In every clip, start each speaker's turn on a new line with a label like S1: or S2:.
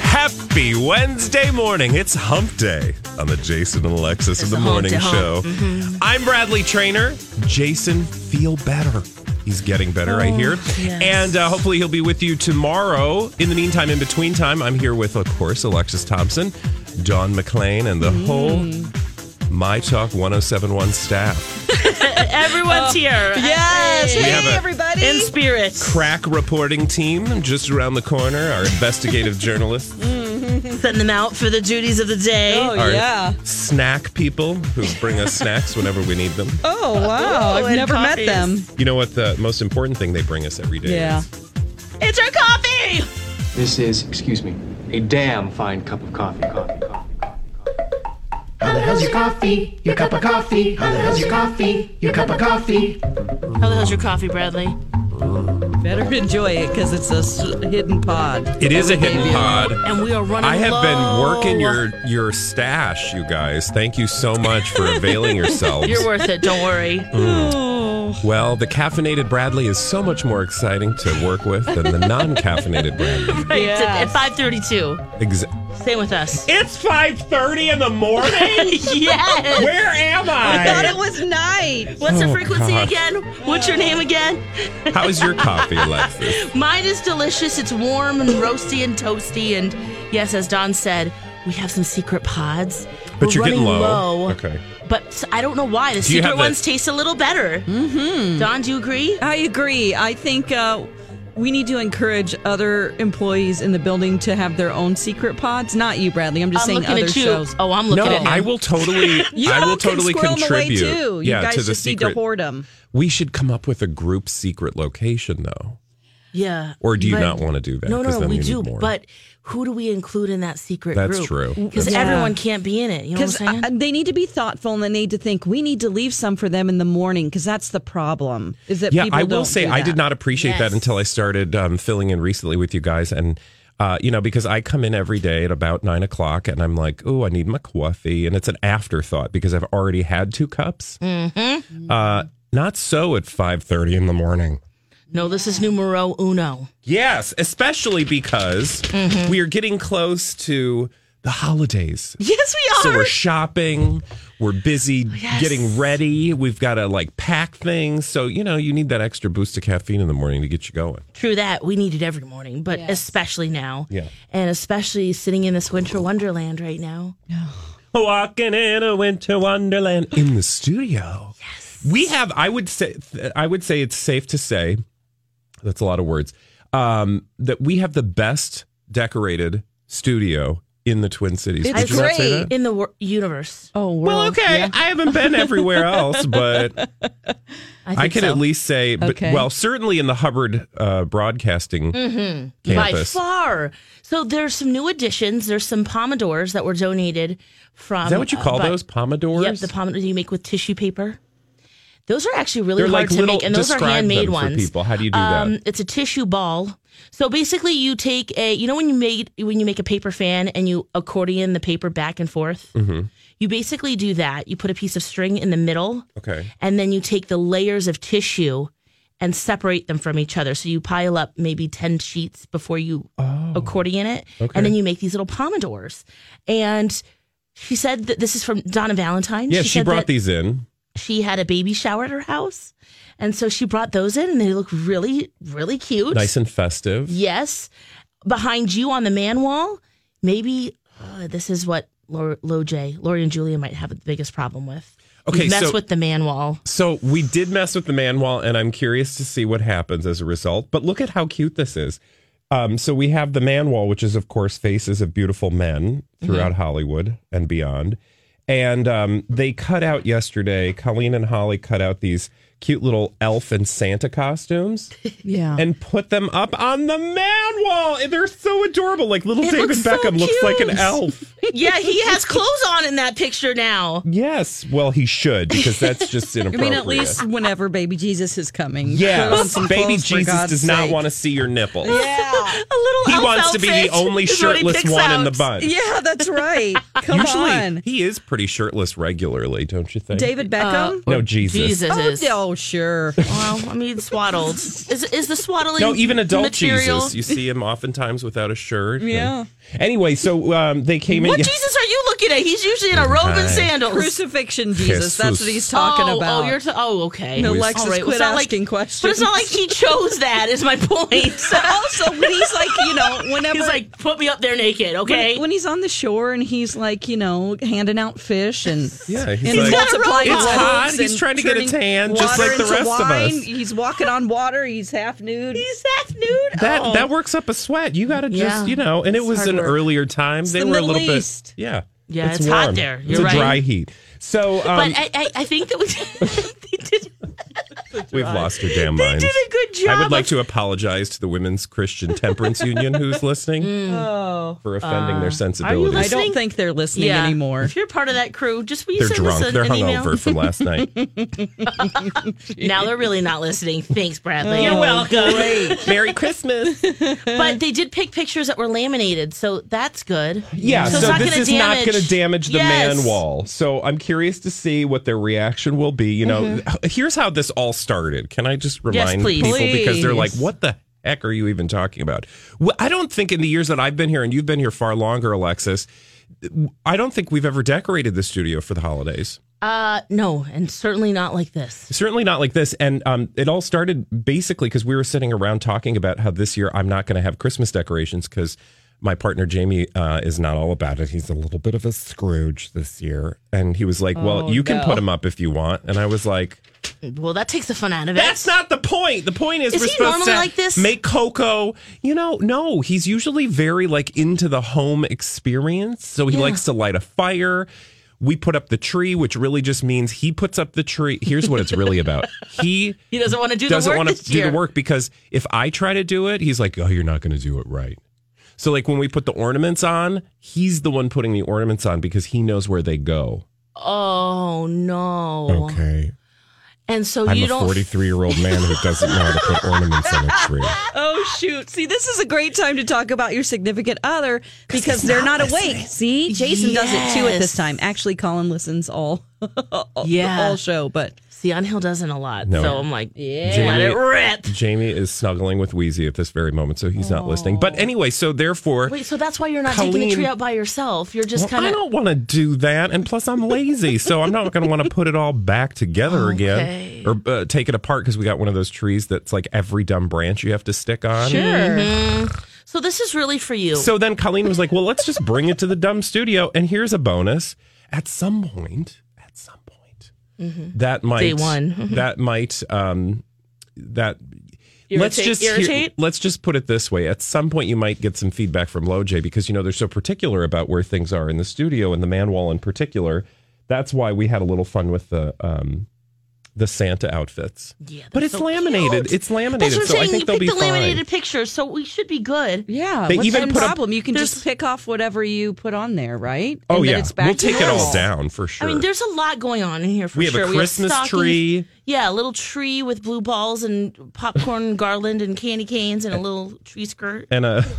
S1: Happy Wednesday morning. It's hump day on the Jason and Alexis of the morning show. I'm Bradley Trainer. Jason, feel better. He's getting better, I hear. And uh, hopefully he'll be with you tomorrow. In the meantime, in between time, I'm here with, of course, Alexis Thompson, Don McLean, and the whole My Talk 1071 staff.
S2: Everyone's here.
S3: Yes.
S1: We
S3: Hey,
S1: have a-
S3: everybody.
S2: In spirit.
S1: Crack reporting team just around the corner, our investigative journalists.
S2: Setting them out for the duties of the day.
S3: oh,
S1: Our
S3: yeah.
S1: snack people who bring us snacks whenever we need them.
S3: Oh, wow.
S2: Oh,
S3: I've
S2: and
S3: never met
S2: coffees.
S3: them.
S1: You know what the most important thing they bring us every day
S3: Yeah.
S1: is?
S2: It's our coffee!
S4: This is, excuse me, a damn fine cup of coffee. Coffee, coffee, coffee, coffee.
S5: How the hell's your coffee? Your cup of coffee? How the hell's your coffee? Your cup of coffee?
S2: How the hell's your coffee, Bradley?
S3: Better enjoy it because it's a s- hidden pod.
S1: It is a hidden pod.
S2: And we are running
S1: I have been
S2: low.
S1: working your your stash, you guys. Thank you so much for availing yourselves.
S2: You're worth it, don't worry.
S1: Oh, well, the caffeinated Bradley is so much more exciting to work with than the non-caffeinated Bradley.
S2: Right, it's
S3: Yeah.
S2: at, at 532.
S1: Ex-
S2: Stay with us.
S1: it's 5:30 in the morning.
S2: yes!
S1: Where am
S3: I thought it
S1: I?
S3: was night.
S2: What's
S1: Oh,
S2: the frequency
S1: God.
S2: again? What's your name again?
S1: How is your coffee, Alexis?
S2: Mine is delicious. It's warm and roasty and toasty. And yes, as Don said, we have some secret pods.
S1: But
S2: We're
S1: you're getting
S2: running
S1: low.
S2: low.
S1: Okay.
S2: But I don't know why. The
S1: Do you have
S2: secret
S1: that-
S2: ones taste a little better. Mm-hmm. Don, do you agree?
S3: I agree. I think uh, we need to encourage other employees in the building to have their own secret pods. Not you, Bradley. I'm just
S2: I'm
S3: saying
S2: looking
S3: other
S2: at you.
S3: shows.
S2: Oh, I'm
S1: No,
S2: looking at him.
S1: I will totally.
S3: You
S1: I
S3: all
S1: will
S3: can
S1: totally
S3: squirrel 'em away,
S1: contribute.
S3: too. You
S1: yeah,
S3: guys
S1: to the
S3: just need to
S1: secret.
S3: hoard 'em.
S1: We should come up with a group secret location, though.
S2: Yeah.
S1: Or do you
S2: but-
S1: not want to do that?
S2: No,
S1: 'Cause
S2: no, no
S1: then
S2: we
S1: you need
S2: do.
S1: more.
S2: But who do we include in that secret
S1: That's
S2: group?
S1: true.
S2: Because
S1: That's
S3: true.
S2: everyone can't be in it. You know
S3: Because uh,
S2: what I'm saying?
S3: they need to be thoughtful and they need to think we need to leave some for them in the morning because that's the problem. Is that
S1: yeah,
S3: people
S1: I will
S3: don't
S1: say
S3: do
S1: I
S3: that.
S1: did not appreciate that
S2: Yes.
S1: until I started um, filling in recently with you guys, and uh, you know because I come in every day at about nine o'clock, and I'm like, oh, I need my coffee, and it's an afterthought because I've already had two cups.
S3: Mm-hmm.
S1: Uh, not so at five thirty in the morning.
S2: no, this is numero uno.
S1: Yes, especially because
S3: Mm-hmm.
S1: we are getting close to the holidays.
S2: Yes, we
S1: So
S2: are.
S1: we're shopping, we're busy
S3: Oh,
S2: Yes.
S1: getting ready. We've got to like pack things. So, you know, you need that extra boost of caffeine in the morning to get you going.
S2: True that. We need it every morning, but especially now.
S1: Yeah.
S2: And especially sitting in this winter wonderland right now.
S1: Walking in a winter wonderland in the studio. Yes. We have I would say I would say it's safe to say that's a lot of words. Um that we have the best decorated studio in the Twin Cities.
S3: It's
S1: Would you not say
S3: great.
S1: that?
S2: In the wor- universe.
S3: Oh,
S1: Well,
S3: world.
S1: okay. I haven't been everywhere else, but
S2: I, think
S1: I can
S2: so.
S1: at least say, but,
S3: Okay.
S1: well, certainly in the Hubbard uh, broadcasting campus.
S2: Mm-hmm. By far. So there's some new additions. There's some pomodors that were donated from.
S1: Is that what you
S2: uh,
S1: call
S2: by-
S1: those? Pomodors?
S2: Yep, the pomodors you make with tissue paper. Those are actually really
S1: They're
S2: hard
S1: like
S2: to
S1: little.
S2: make, and those are
S1: describe
S2: handmade
S1: them
S2: ones.
S1: For people, how do you do
S2: Um,
S1: that?
S2: it's a tissue ball. So basically, you take a you know when you made when you make a paper fan and you accordion the paper back and forth.
S1: Mm-hmm.
S2: You basically do that. You put a piece of string in the middle,
S1: Okay.
S2: and then you take the layers of tissue and separate them from each other. So you pile up maybe 10 sheets before you accordion it.
S1: Oh. Okay.
S2: And then you make these little pomodors. And she said that this is from Donna Valentine.
S1: Yeah, she,
S2: said
S1: brought
S2: that
S1: these in.
S2: She had a baby shower at her house. And so she brought those in and they look really, really cute.
S1: Nice and festive.
S2: Yes. Behind you on the man wall maybe uh, this is what Lo, Lo J, Lori and Julia might have the biggest problem with.
S1: Okay,
S2: We mess
S1: so-
S2: with the man wall.
S1: So we did mess with the man wall, and I'm curious to see what happens as a result. But look at how cute this is. Um, so we have the man wall, which is of course faces of beautiful men throughout
S3: Mm-hmm.
S1: Hollywood and beyond. And um, they cut out yesterday. Colleen and Holly cut out these cute little elf and Santa costumes
S3: Yeah.
S1: and put them up on the man wall. And they're so adorable. Like little
S2: It
S1: David
S2: looks so
S1: Beckham looks like an
S2: cute.
S1: elf.
S2: yeah, he has clothes on in that picture now.
S1: yes. Well, he should because that's just
S3: I
S1: inappropriate.
S3: mean, at least whenever baby Jesus is coming. put on
S1: Yes,
S3: some
S1: baby
S3: clothes, for
S1: Jesus
S3: God's
S1: does not
S3: sake.
S1: want to see your nipples.
S3: Yeah.
S2: A little
S1: He
S2: elf
S1: wants to be the
S2: outfit
S1: only
S2: is what he
S1: shirtless
S2: picks
S1: one in
S2: out.
S1: the bunch.
S3: yeah, that's right. Come
S1: Usually,
S3: on.
S1: he is pretty shirtless regularly, don't you think?
S3: David Beckham?
S1: no, Jesus.
S2: Jesus
S3: oh,
S2: Uh, is.
S3: no, sure.
S2: Well, I mean, swaddled. Is, is the swaddling
S1: No, even adult
S2: material?
S1: Jesus. You see him oftentimes without a shirt.
S3: Yeah.
S1: Anyway, so um, they came
S2: What
S1: in.
S2: Jesus are you looking at? He's usually in a robe and
S1: Right.
S2: sandals.
S3: Crucifixion Jesus. That's
S1: Jesus.
S3: what he's talking
S2: oh,
S3: about.
S2: Oh, you're t- oh, okay.
S3: No,
S2: All
S3: Alexis, quit
S2: it's not
S3: asking
S2: like,
S3: questions.
S2: But it's not like he chose that. Is my point.
S3: also, when he's like, you know, whenever
S2: He's like, put me up there naked, okay?
S3: when, when he's on the shore and he's like, you know, handing out fish and
S1: Yeah, he's
S3: and
S1: like,
S3: multiplying
S1: It's
S3: loaves
S1: hot, he's
S3: and
S1: trying to get a
S3: turning
S1: tan, just
S3: water
S1: like the
S3: into
S1: rest of us.
S3: wine. He's walking on water. He's half nude.
S2: He's half nude.
S1: that um,
S2: Oh.
S1: that works up a sweat. You got to just
S2: Yeah.
S1: you know, and it was
S2: hard
S1: an
S2: work.
S1: earlier time. they
S3: the
S1: were a
S3: Middle
S1: little
S3: East.
S1: bit. Yeah,
S2: Yeah, it's hot
S1: warm.
S2: there.
S1: it's
S2: You're
S1: a dry
S2: right.
S1: heat. So um,
S2: But I, I, I think that we they did,
S1: we've lost our damn
S2: they
S1: minds.
S2: did a good job.
S1: I would like
S2: of- Mm.
S1: to apologize to the Women's Christian Temperance Union who's listening for offending
S2: Uh,
S1: their sensibilities.
S3: I don't
S2: listening?
S3: think they're listening anymore.
S2: If you're part of that crew, just will you
S1: They're
S2: send
S1: drunk.
S2: us a-
S1: They're
S2: an email?
S1: hungover from last night.
S2: Now they're really not listening. Thanks, Bradley. You're welcome.
S1: Merry Christmas.
S2: But they did pick pictures that were laminated, so that's good.
S1: Yeah, so,
S2: it's not
S1: this
S2: gonna
S1: is not going to damage the
S2: Yes.
S1: man wall. So I'm curious to see what their reaction will be. You know, here's how this all started. Can I just remind
S2: Mm-hmm. please.
S1: people because they're like,
S3: Please.
S1: what the heck are you even talking about? Well, I don't think in the years that I've been here, and you've been here far longer, Alexis, I don't think we've ever decorated the studio for the holidays.
S2: Uh, no, and certainly not like this.
S1: Certainly not like this. And um, it all started basically because we were sitting around talking about how this year I'm not going to have Christmas decorations because my partner Jamie uh, is not all about it. He's a little bit of a Scrooge this year. And he was like, Well, you can put them up if you want. And I was like,
S2: Well, that takes the fun out of it.
S1: That's not the point. The point is,
S2: Is
S1: we're
S2: he
S1: supposed
S2: normally
S1: to
S2: like this?
S1: make Coco. You know, no, he's usually very like into the home experience. So he likes to light a fire. We put up the tree, which really just means he puts up the tree. Here's what it's really about. He
S2: He doesn't wanna do the
S1: doesn't
S2: work
S1: wanna
S2: this
S1: do
S2: year.
S1: the work because if I try to do it, he's like, oh, you're not going to do it right. So like when we put the ornaments on, he's the one putting the ornaments on because he knows where they go.
S2: Oh no.
S1: Okay.
S2: And so
S1: I'm
S2: you
S1: a
S2: don't
S1: 43 year old man who doesn't know how to put ornaments on a tree.
S3: Oh shoot! See, this is a great time to talk about your significant other because they're not, awake. See, Jason does it too at
S2: Yes.
S3: this time. Actually, Colin listens all, all
S2: Yeah.
S3: all show, but
S2: see Angel doesn't a lot.
S1: No.
S2: So I'm like, yeah,
S1: Jamie-
S2: let it rip.
S1: Jamie is snuggling with Wheezy at this very moment, so he's not listening. But anyway, so therefore,
S2: Wait, so that's why you're not taking
S1: Colleen-
S2: the tree out by yourself. You're just
S1: well, I
S2: kind of
S1: don't want to do that, and plus I'm lazy, so I'm not going to want to put it all back together again or uh, take it apart because we got one of those trees that's like every dumb branch you have to stick on.
S3: Mm-hmm.
S2: So this is really for you.
S1: So then Colleen was like, "Well, let's just bring it to the dumb studio." And here's a bonus: at some point, at some point, that might
S2: Mm-hmm. Day one.
S1: that might um, that let's
S2: Irritate-
S1: just hear-
S2: irritate?
S1: let's just put it this way: at some point, you might get some feedback from LoJ because you know they're so particular about where things are in the studio and the man wall in particular. That's why we had a little fun with the um, the Santa outfits.
S2: yeah,
S1: But
S2: that's
S1: it's
S2: so
S1: laminated.
S2: cute.
S1: It's laminated,
S2: That's what I'm
S1: so
S2: saying.
S1: I think
S2: you
S1: they'll
S2: pick
S1: be
S2: the
S1: fine.
S2: laminated pictures, so we should be good.
S3: yeah,
S1: They
S3: what's
S1: even
S3: the
S1: put up-
S3: problem? you can
S2: There's-
S3: just pick off whatever you put on there, right?
S1: Oh
S3: And then
S1: yeah,
S3: it's back
S1: we'll
S3: to
S1: take it all
S3: normal.
S1: down for sure.
S2: I mean, there's a lot going on in here for
S1: we have
S2: sure.
S1: a Christmas
S2: stockings.
S1: tree.
S2: Yeah, a little tree with blue balls and popcorn garland and candy canes and a little tree skirt.
S1: and a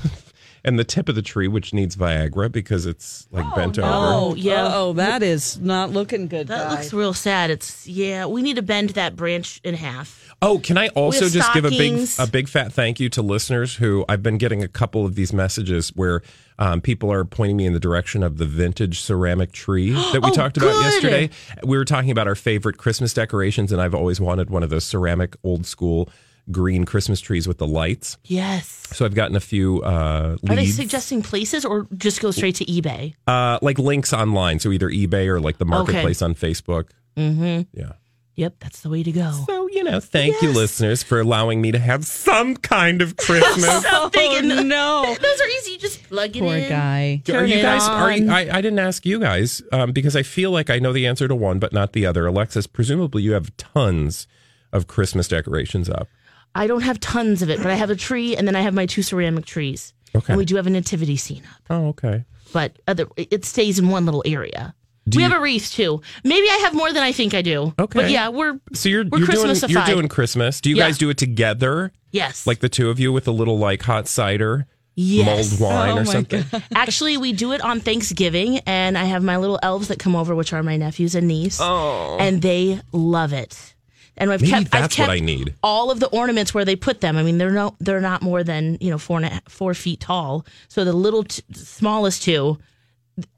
S1: and the tip of the tree which needs Viagra because it's like bent over.
S3: Oh
S2: yeah.
S3: yeah. Oh, that is not looking good.
S2: That
S3: guys.
S2: looks real sad. It's yeah, we need to bend that branch in half.
S1: Oh, can I also
S2: With
S1: just give a big
S2: stockings.
S1: a big fat thank you to listeners who I've been getting a couple of these messages where um, people are pointing me in the direction of the vintage ceramic tree that we
S2: Oh,
S1: talked about
S2: good.
S1: yesterday. We were talking about our favorite Christmas decorations, and I've always wanted one of those ceramic old school green Christmas trees with the lights.
S2: Yes.
S1: So I've gotten a few uh, leads.
S2: Are they suggesting places or just go straight to eBay?
S1: uh, like links online, so either eBay or like the marketplace on Facebook.
S2: Mm-hmm.
S1: Yeah.
S2: Yep, that's the way to go.
S1: So you know, thank you, listeners, for allowing me to have some kind of Christmas.
S2: Something in the-
S3: no.
S2: Those are easy. You just plug it
S3: Poor
S2: in.
S3: guy.
S1: are
S2: Turn
S1: you
S2: it
S1: guys? Are you,
S2: on.
S1: I, I didn't ask you guys um, because I feel like I know the answer to one, but not the other. Alexis, presumably you have tons of Christmas decorations up.
S2: I don't have tons of it, but I have a tree, and then I have my two ceramic trees.
S1: Okay.
S2: And we do have a nativity scene up,
S1: Oh, okay.
S2: but other it stays in one little area. we have a wreath too. Maybe I have more than I think I do.
S1: Okay.
S2: But yeah, we're
S1: So you're
S2: We're
S1: you're doing
S2: Christmasified.
S1: you're doing Christmas. Do you
S2: Yeah.
S1: guys do it together,
S2: yes.
S1: like the two of you, with a little like hot cider,
S2: yes.
S1: mulled wine,
S3: Oh
S1: or
S3: my
S1: something?
S2: Actually, we do it on Thanksgiving, and I have my little elves that come over, which are my nephews and niece, oh. and they love it. And I've
S1: Maybe
S2: kept, I've
S1: that's what
S2: kept
S1: I need.
S2: all of the ornaments where they put them. I mean, they're no, they're not more than you know four and a, four feet tall. So the little t- smallest two,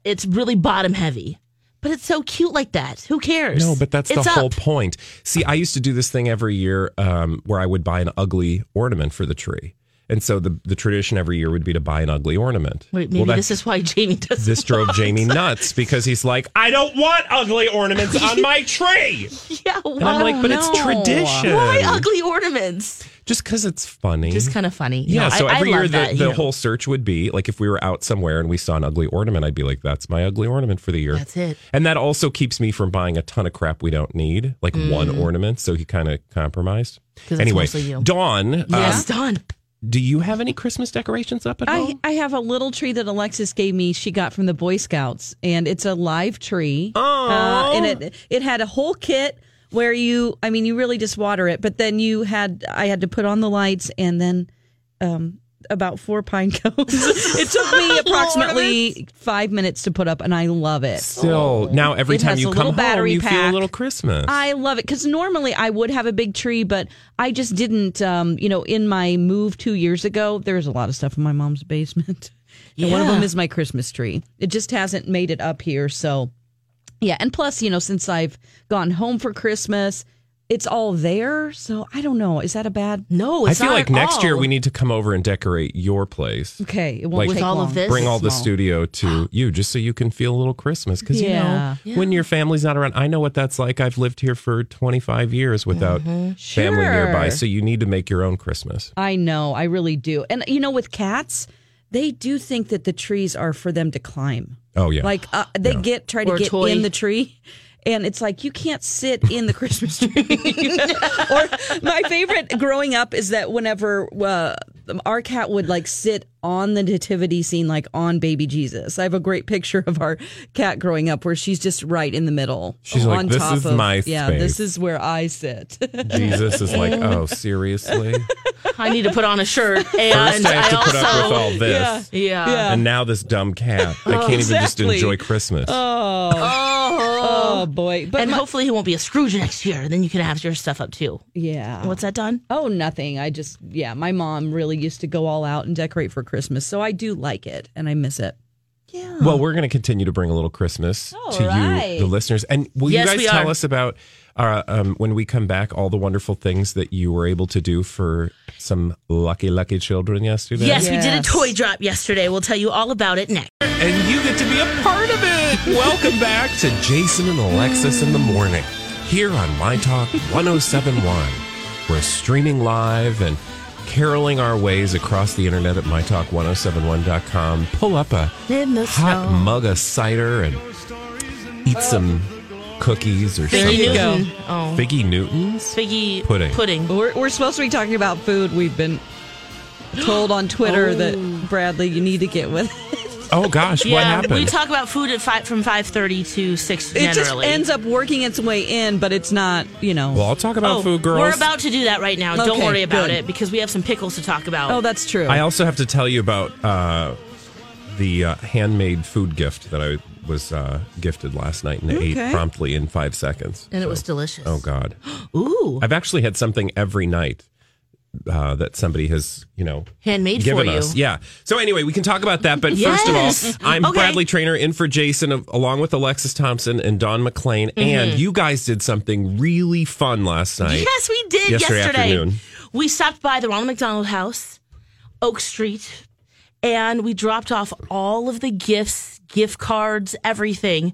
S2: it's really bottom heavy, but it's so cute like that. Who cares?
S1: No, but that's
S2: It's
S1: the whole
S2: up.
S1: point. See, I used to do this thing every year um, where I would buy an ugly ornament for the tree. And so the, the tradition every year would be to buy an ugly ornament.
S2: Wait, maybe
S1: that-
S2: this is why Jamie does
S1: this drove Jamie nuts because he's like, I don't want ugly ornaments on my tree.
S2: Yeah, why?
S1: And I'm like, but it's
S3: no.
S1: tradition.
S2: Oh, why ugly ornaments?
S1: Just because it's funny.
S2: Just kind of funny.
S1: yeah,
S2: No,
S1: so
S2: I,
S1: every
S2: I
S1: year
S2: love
S1: the,
S2: that, you
S1: the
S2: know.
S1: whole search would be like if we were out somewhere and we saw an ugly ornament, I'd be like, that's my ugly ornament for the year.
S2: That's it.
S1: And that also keeps me from buying a ton of crap we don't need, like
S3: Mm.
S1: one ornament. So he kind of compromised.
S2: 'Cause it's
S1: Anyway,
S2: mostly you.
S1: Dawn, um,
S2: Yes, done.
S1: do you have any Christmas decorations up at
S3: I,
S1: home?
S3: I have a little tree that Alexis gave me. She got from the Boy Scouts, and it's a live tree. Oh, and it it had a whole kit where you, I mean, you really just water it, but then you had I had to put on the lights, and then um, about four pine cones. it took me approximately five minutes to put up, and I love it.
S1: Still, now every
S3: It
S1: time
S3: has
S1: you
S3: a
S1: come
S3: little
S1: home,
S3: battery
S1: you feel a
S3: pack.
S1: little Christmas.
S3: I love it because normally I would have a big tree, but I just didn't. Um, you know, in my move two years ago, there's a lot of stuff in my mom's basement. And one of
S2: Yeah.
S3: them is my Christmas tree. It just hasn't made it up here. So, yeah. And plus, you know, since I've gone home for Christmas, it's all there. So I don't know. Is that a bad?
S2: No,
S1: I
S2: it's
S1: feel
S2: not
S1: like
S2: at
S1: next year
S2: all.
S1: we need to come over and decorate your place.
S3: Okay, it
S1: Like-
S3: won't
S1: With
S3: take
S2: all of
S3: long.
S2: this?
S1: Bring all the
S3: Small.
S1: studio to you just so you can feel a little Christmas. Because,
S3: Yeah.
S1: you know, when your family's not around, I know what that's like. I've lived here for 25 years without family
S3: Mm-hmm. Sure.
S1: nearby. So you need to make your own Christmas.
S3: I know, I really do. And you know, with cats, they do think that the trees are for them to climb.
S1: Oh, yeah.
S3: Like uh, they get try to
S2: Or a
S3: get
S2: toy.
S3: in the tree. And it's like you can't sit in the Christmas tree. or my favorite growing up is that whenever uh, our cat would like sit on the nativity scene, like on baby Jesus. I have a great picture of our cat growing up where she's just right in the middle.
S1: She's like,
S3: on
S1: "This
S3: top
S1: is
S3: of,
S1: my
S3: yeah.
S1: space."
S3: This is where I sit.
S1: Jesus is like, oh, seriously?
S2: I need to put on a shirt, and
S1: First, I have to put
S2: also
S1: up with all this.
S2: yeah.
S1: And now this dumb cat. They can't even just
S3: exactly.
S1: enjoy Christmas.
S3: oh boy! But
S2: and
S3: my-
S2: hopefully he won't be a Scrooge next year. Then you can have your stuff up too.
S3: yeah,
S2: What's that done?
S3: Oh, nothing. I just, yeah, my mom really used to go all out and decorate for Christmas. So I do like it and I miss it.
S1: Well, we're going to continue to bring a little Christmas
S3: All
S1: to you,
S3: right.
S1: the listeners. And will
S2: Yes,
S1: you
S2: we
S1: guys tell
S2: are.
S1: us about uh, um, when we come back all the wonderful things that you were able to do for some lucky, lucky children yesterday?
S2: Yes, we did a
S3: Yes.
S2: toy drop yesterday. We'll tell you all about it next.
S1: And you get to be a part of it. Welcome back to Jason and Alexis in the Morning here on My Talk 1071. We're streaming live and caroling our ways across the internet at mytalk1071.com. Pull up a
S2: In the
S1: hot mug of cider and eat some cookies or
S2: Figgy
S1: something.
S2: Newton. Oh,
S1: Figgy Newtons?
S2: Figgy
S1: Pudding.
S2: Pudding.
S3: We're, we're supposed to be talking about food. We've been told on Twitter that, Bradley, you need to get with it.
S1: Oh gosh, what
S2: yeah,
S1: happened?
S2: we talk about food at five from five thirty to six
S3: It
S2: generally.
S3: just ends up working its way in, but it's not, you know.
S1: well, I'll talk about
S2: Oh,
S1: food, girls.
S2: We're about to do that right now. Don't
S3: Okay,
S2: worry about
S3: good.
S2: it because we have some pickles to talk about.
S3: oh, that's true.
S1: I also have to tell you about uh, the uh, handmade food gift that I was uh, gifted last night and ate
S3: Okay.
S1: promptly in five seconds.
S2: and it was delicious.
S1: Oh God!
S2: Ooh,
S1: I've actually had something every night uh, that somebody has, you know,
S2: handmade for
S1: given
S2: you.
S1: us. Yeah. So anyway, we can talk about that. But
S2: Yes.
S1: first of all, I'm
S2: Okay.
S1: Bradley Trainer in for Jason, of- along with Alexis Thompson and Don McLean. And you guys did something really fun last night.
S2: Mm-hmm. Yes, we did
S1: Yesterday
S2: yesterday.
S1: afternoon.
S2: we stopped by the Ronald McDonald House, Oak Street, and we dropped off all of the gifts, gift cards, everything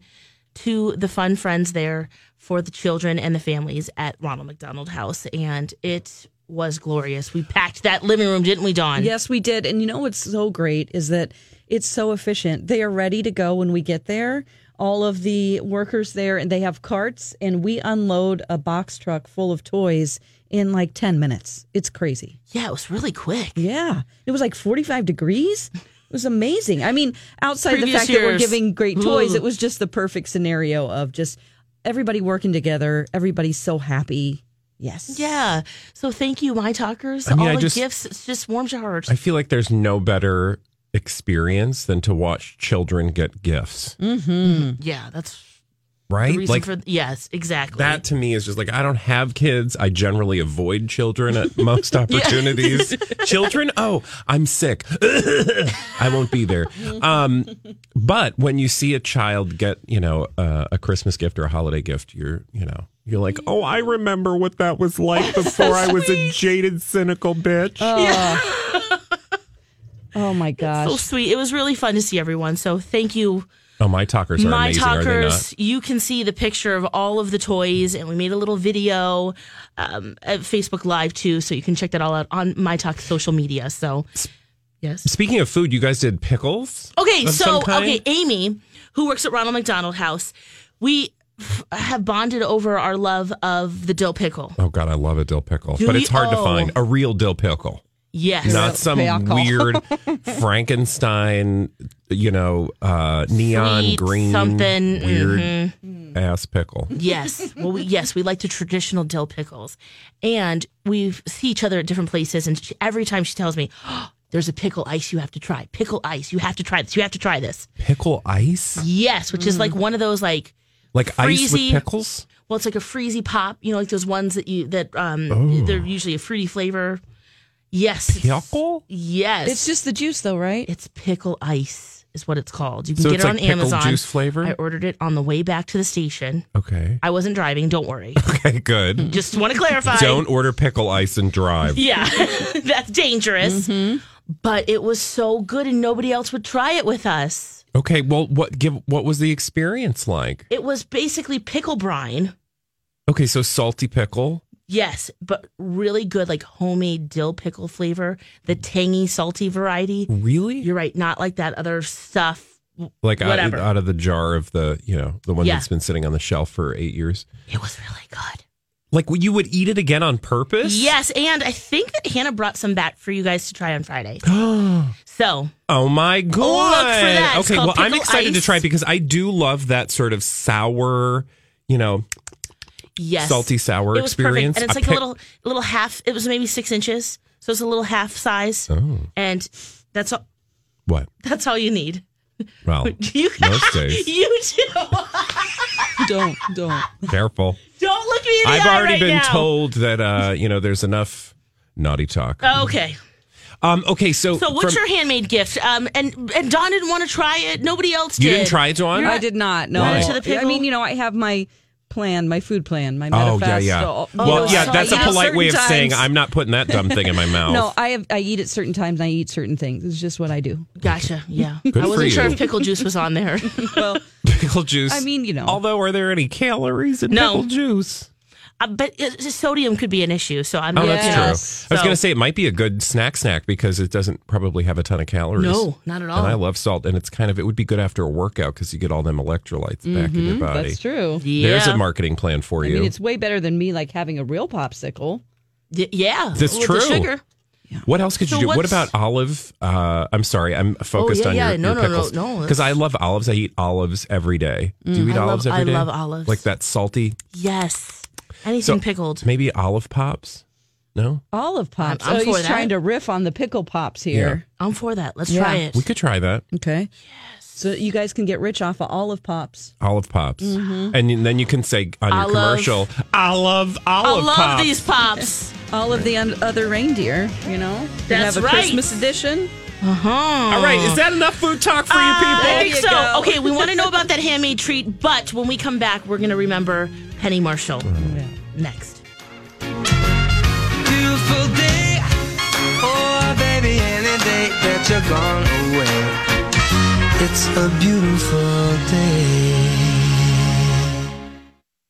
S2: to the fun friends there for the children and the families at Ronald McDonald House. And it was glorious. We packed that living room, didn't we, Dawn?
S3: Yes, we did. And you know what's so great is that it's so efficient. They are ready to go when we get there. All of the workers there, and they have carts, and we unload a box truck full of toys in like 10 minutes. It's crazy.
S2: Yeah, it was really quick.
S3: Yeah. It was like 45 degrees. It was amazing. I mean, outside the
S2: Previous
S3: fact that we're
S2: years.
S3: giving great toys,
S2: Ooh.
S3: it was just the perfect scenario of just everybody working together. Everybody's so happy. Yes.
S2: Yeah. So thank you, my talkers.
S1: I mean,
S2: All
S1: I
S2: the
S1: just-
S2: gifts it just warms your heart.
S1: I feel like there's no better experience than to watch children get gifts,
S2: yeah, that's Mm. the
S1: right?
S2: reason
S1: Like
S2: for yes, exactly.
S1: that to me is just like I don't have kids. I generally avoid children at most opportunities. children, oh, I'm sick. I won't be there. Um, but when you see a child get, you know, uh, a Christmas gift or a holiday gift, you're, you know, you're like, oh, I remember what that was like before I was a jaded, cynical bitch.
S3: Oh my
S2: so
S3: gosh.
S2: sweet. It was really fun to see everyone. So thank you,
S1: oh, my talkers are
S2: my
S1: amazing, are they not?
S2: talkers. You can see the picture of all of the toys, and we made a little video um, at Facebook Live too, so you can check that all out on my talk social media. So yes,
S1: Speaking of food, you guys did pickles.
S2: okay.
S1: of
S2: So
S1: some kind?
S2: okay, Amy, who works at Ronald McDonald House, we f- have bonded over our love of the dill pickle.
S1: Oh God, I love a dill pickle,
S2: Do
S1: but
S2: we-
S1: it's hard to
S2: oh.
S1: find a real dill pickle,
S2: Yes,
S1: not some
S3: pickle.
S1: weird Frankenstein, you know, uh, neon
S2: Sweet
S1: green
S2: something, mm-hmm.
S1: weird ass pickle.
S2: Yes. Well, we, yes, we like the traditional dill pickles, and we see each other at different places. And she, every time she tells me, oh, "There's a pickle ice you have to try. Pickle ice. You have to try this. You have to try this."
S1: Pickle ice,
S2: Yes, which is like
S1: Mm.
S2: one of those like
S1: like ice with
S2: Freezy.
S1: pickles.
S2: well, it's like a freezy pop. You know, like those ones that you that um they're usually a fruity flavor. Yes. it's-
S1: Oh. Pickle.
S2: Yes.
S3: It's just the juice, though, right?
S2: it's pickle ice is what it's called. You can
S1: So
S2: get
S1: it's
S2: it on
S1: like pickle
S2: Amazon.
S1: juice flavor?
S2: I ordered it on the way back to the station.
S1: Okay.
S2: I wasn't driving. Don't worry.
S1: Okay. Good.
S2: just want to clarify.
S1: Don't order pickle ice and drive.
S2: Yeah, that's dangerous.
S1: Mm-hmm.
S2: But it was so good, and nobody else would try it with us.
S1: Okay. Well, what give? What was the experience like?
S2: It was basically pickle brine.
S1: Okay, so salty pickle.
S2: Yes, but really good, like homemade dill pickle flavor, the tangy, salty variety.
S1: Really?
S2: You're right, not like that other stuff.
S1: like out,
S2: Whatever.
S1: out of the jar of the you know the one
S2: Yeah.
S1: that's been sitting on the shelf for eight years
S2: It was really good.
S1: like you would eat it again on purpose
S2: Yes, and I think that Hannah brought some back for you guys to try on Friday. so
S1: oh my god
S2: that. It's
S1: okay
S2: called
S1: well i'm
S2: pickle
S1: excited to
S2: ice.
S1: try it because i do love that sort of sour you know
S2: yes,
S1: salty sour
S2: it was
S1: experience
S2: perfect, and it's
S1: I pick-
S2: like a little, little half. It was maybe six inches, so it's a little half size,
S1: Oh.
S2: and that's all.
S1: what
S2: That's all you need.
S1: well
S2: You,
S1: most days
S2: you too.
S3: don't, don't.
S1: careful
S2: Don't look me in the
S1: i've
S2: eye
S1: already
S2: right
S1: been
S2: now.
S1: told that uh you know there's enough naughty talk
S2: Okay.
S1: um okay so
S2: Oh. So, what's
S1: from-
S2: your handmade gift? Um, and and Don didn't want to try it. Nobody else
S1: you
S2: did.
S1: didn't try it John?
S3: I did not. No,
S1: Why?
S3: I-
S1: To
S2: the pickle?
S3: I mean, you know, I have my plan, my food plan, my
S1: Oh
S3: manifesto.
S1: yeah, yeah.
S3: all- you
S2: Oh,
S1: well,
S3: know,
S1: yeah,
S3: so
S1: that's
S3: I
S1: a
S3: eat at
S1: polite
S3: certain
S1: way of saying
S3: times.
S1: I'm not putting that dumb thing in my mouth.
S3: No, I have. I eat at certain times. and I eat certain things. It's just what I do.
S2: Gotcha. Yeah.
S1: Good
S2: I
S1: for
S2: wasn't sure
S1: you.
S2: if pickle juice was on there.
S3: Well,
S1: pickle juice.
S3: I mean, you know.
S1: Although, are there any calories in
S2: No.
S1: pickle juice?
S2: uh, but it, sodium could be an issue. So I'm.
S1: Oh,
S2: you
S1: that's
S2: know,
S1: true. I was
S2: so-
S1: going to say it might be a good snack snack because it doesn't probably have a ton of calories.
S2: No, not at all.
S1: And I love salt, and it's kind of it would be good after a workout because you get all them electrolytes back in your body.
S3: that's true.
S1: There's
S2: Mm-hmm, Yeah.
S1: a marketing plan for
S3: I
S1: you.
S3: mean, it's way better than me like having a real popsicle.
S2: Y- yeah.
S1: That's
S2: with
S1: true.
S2: The sugar.
S1: what else could
S2: So
S1: you do? What
S2: what's- Oh,
S1: about olive? Uh, I'm sorry, I'm focused
S2: yeah,
S1: on
S2: yeah.
S1: your,
S2: No,
S1: your
S2: no, no,
S1: pickles.
S2: no, Mm,
S1: Because I love olives. I eat olives every day. Do you eat
S2: I love-
S1: olives
S2: I
S1: every day?
S2: love olives.
S1: Like that salty,
S2: Yes.
S1: So-
S2: Anything pickled.
S1: maybe olive pops. No,
S3: Olive pops.
S2: I'm
S3: oh,
S2: for
S3: he's
S2: that.
S3: trying to riff on the pickle pops here.
S2: I'm for that. Let's
S3: Yeah.
S2: try it.
S1: we could try that.
S3: Okay. Yes. So you guys can get rich off of olive pops.
S1: olive pops,
S2: Mm-hmm.
S1: and then you can say on your
S2: Olive.
S1: commercial, "I love
S2: I
S1: olive
S2: love
S1: pops."
S2: these pops.
S3: All of the un- other reindeer. You know, they
S2: That's
S3: have a
S2: right.
S3: Christmas edition.
S1: All right, is that enough food talk for you people?
S2: I
S3: There
S2: think
S3: you
S2: so.
S3: go.
S2: Okay, we want to know about that handmade treat, but when we come back, we're going to
S1: Mm.
S2: remember Penny Marshall next.
S6: for this. Maybe any day that you're gone away. It's a beautiful day.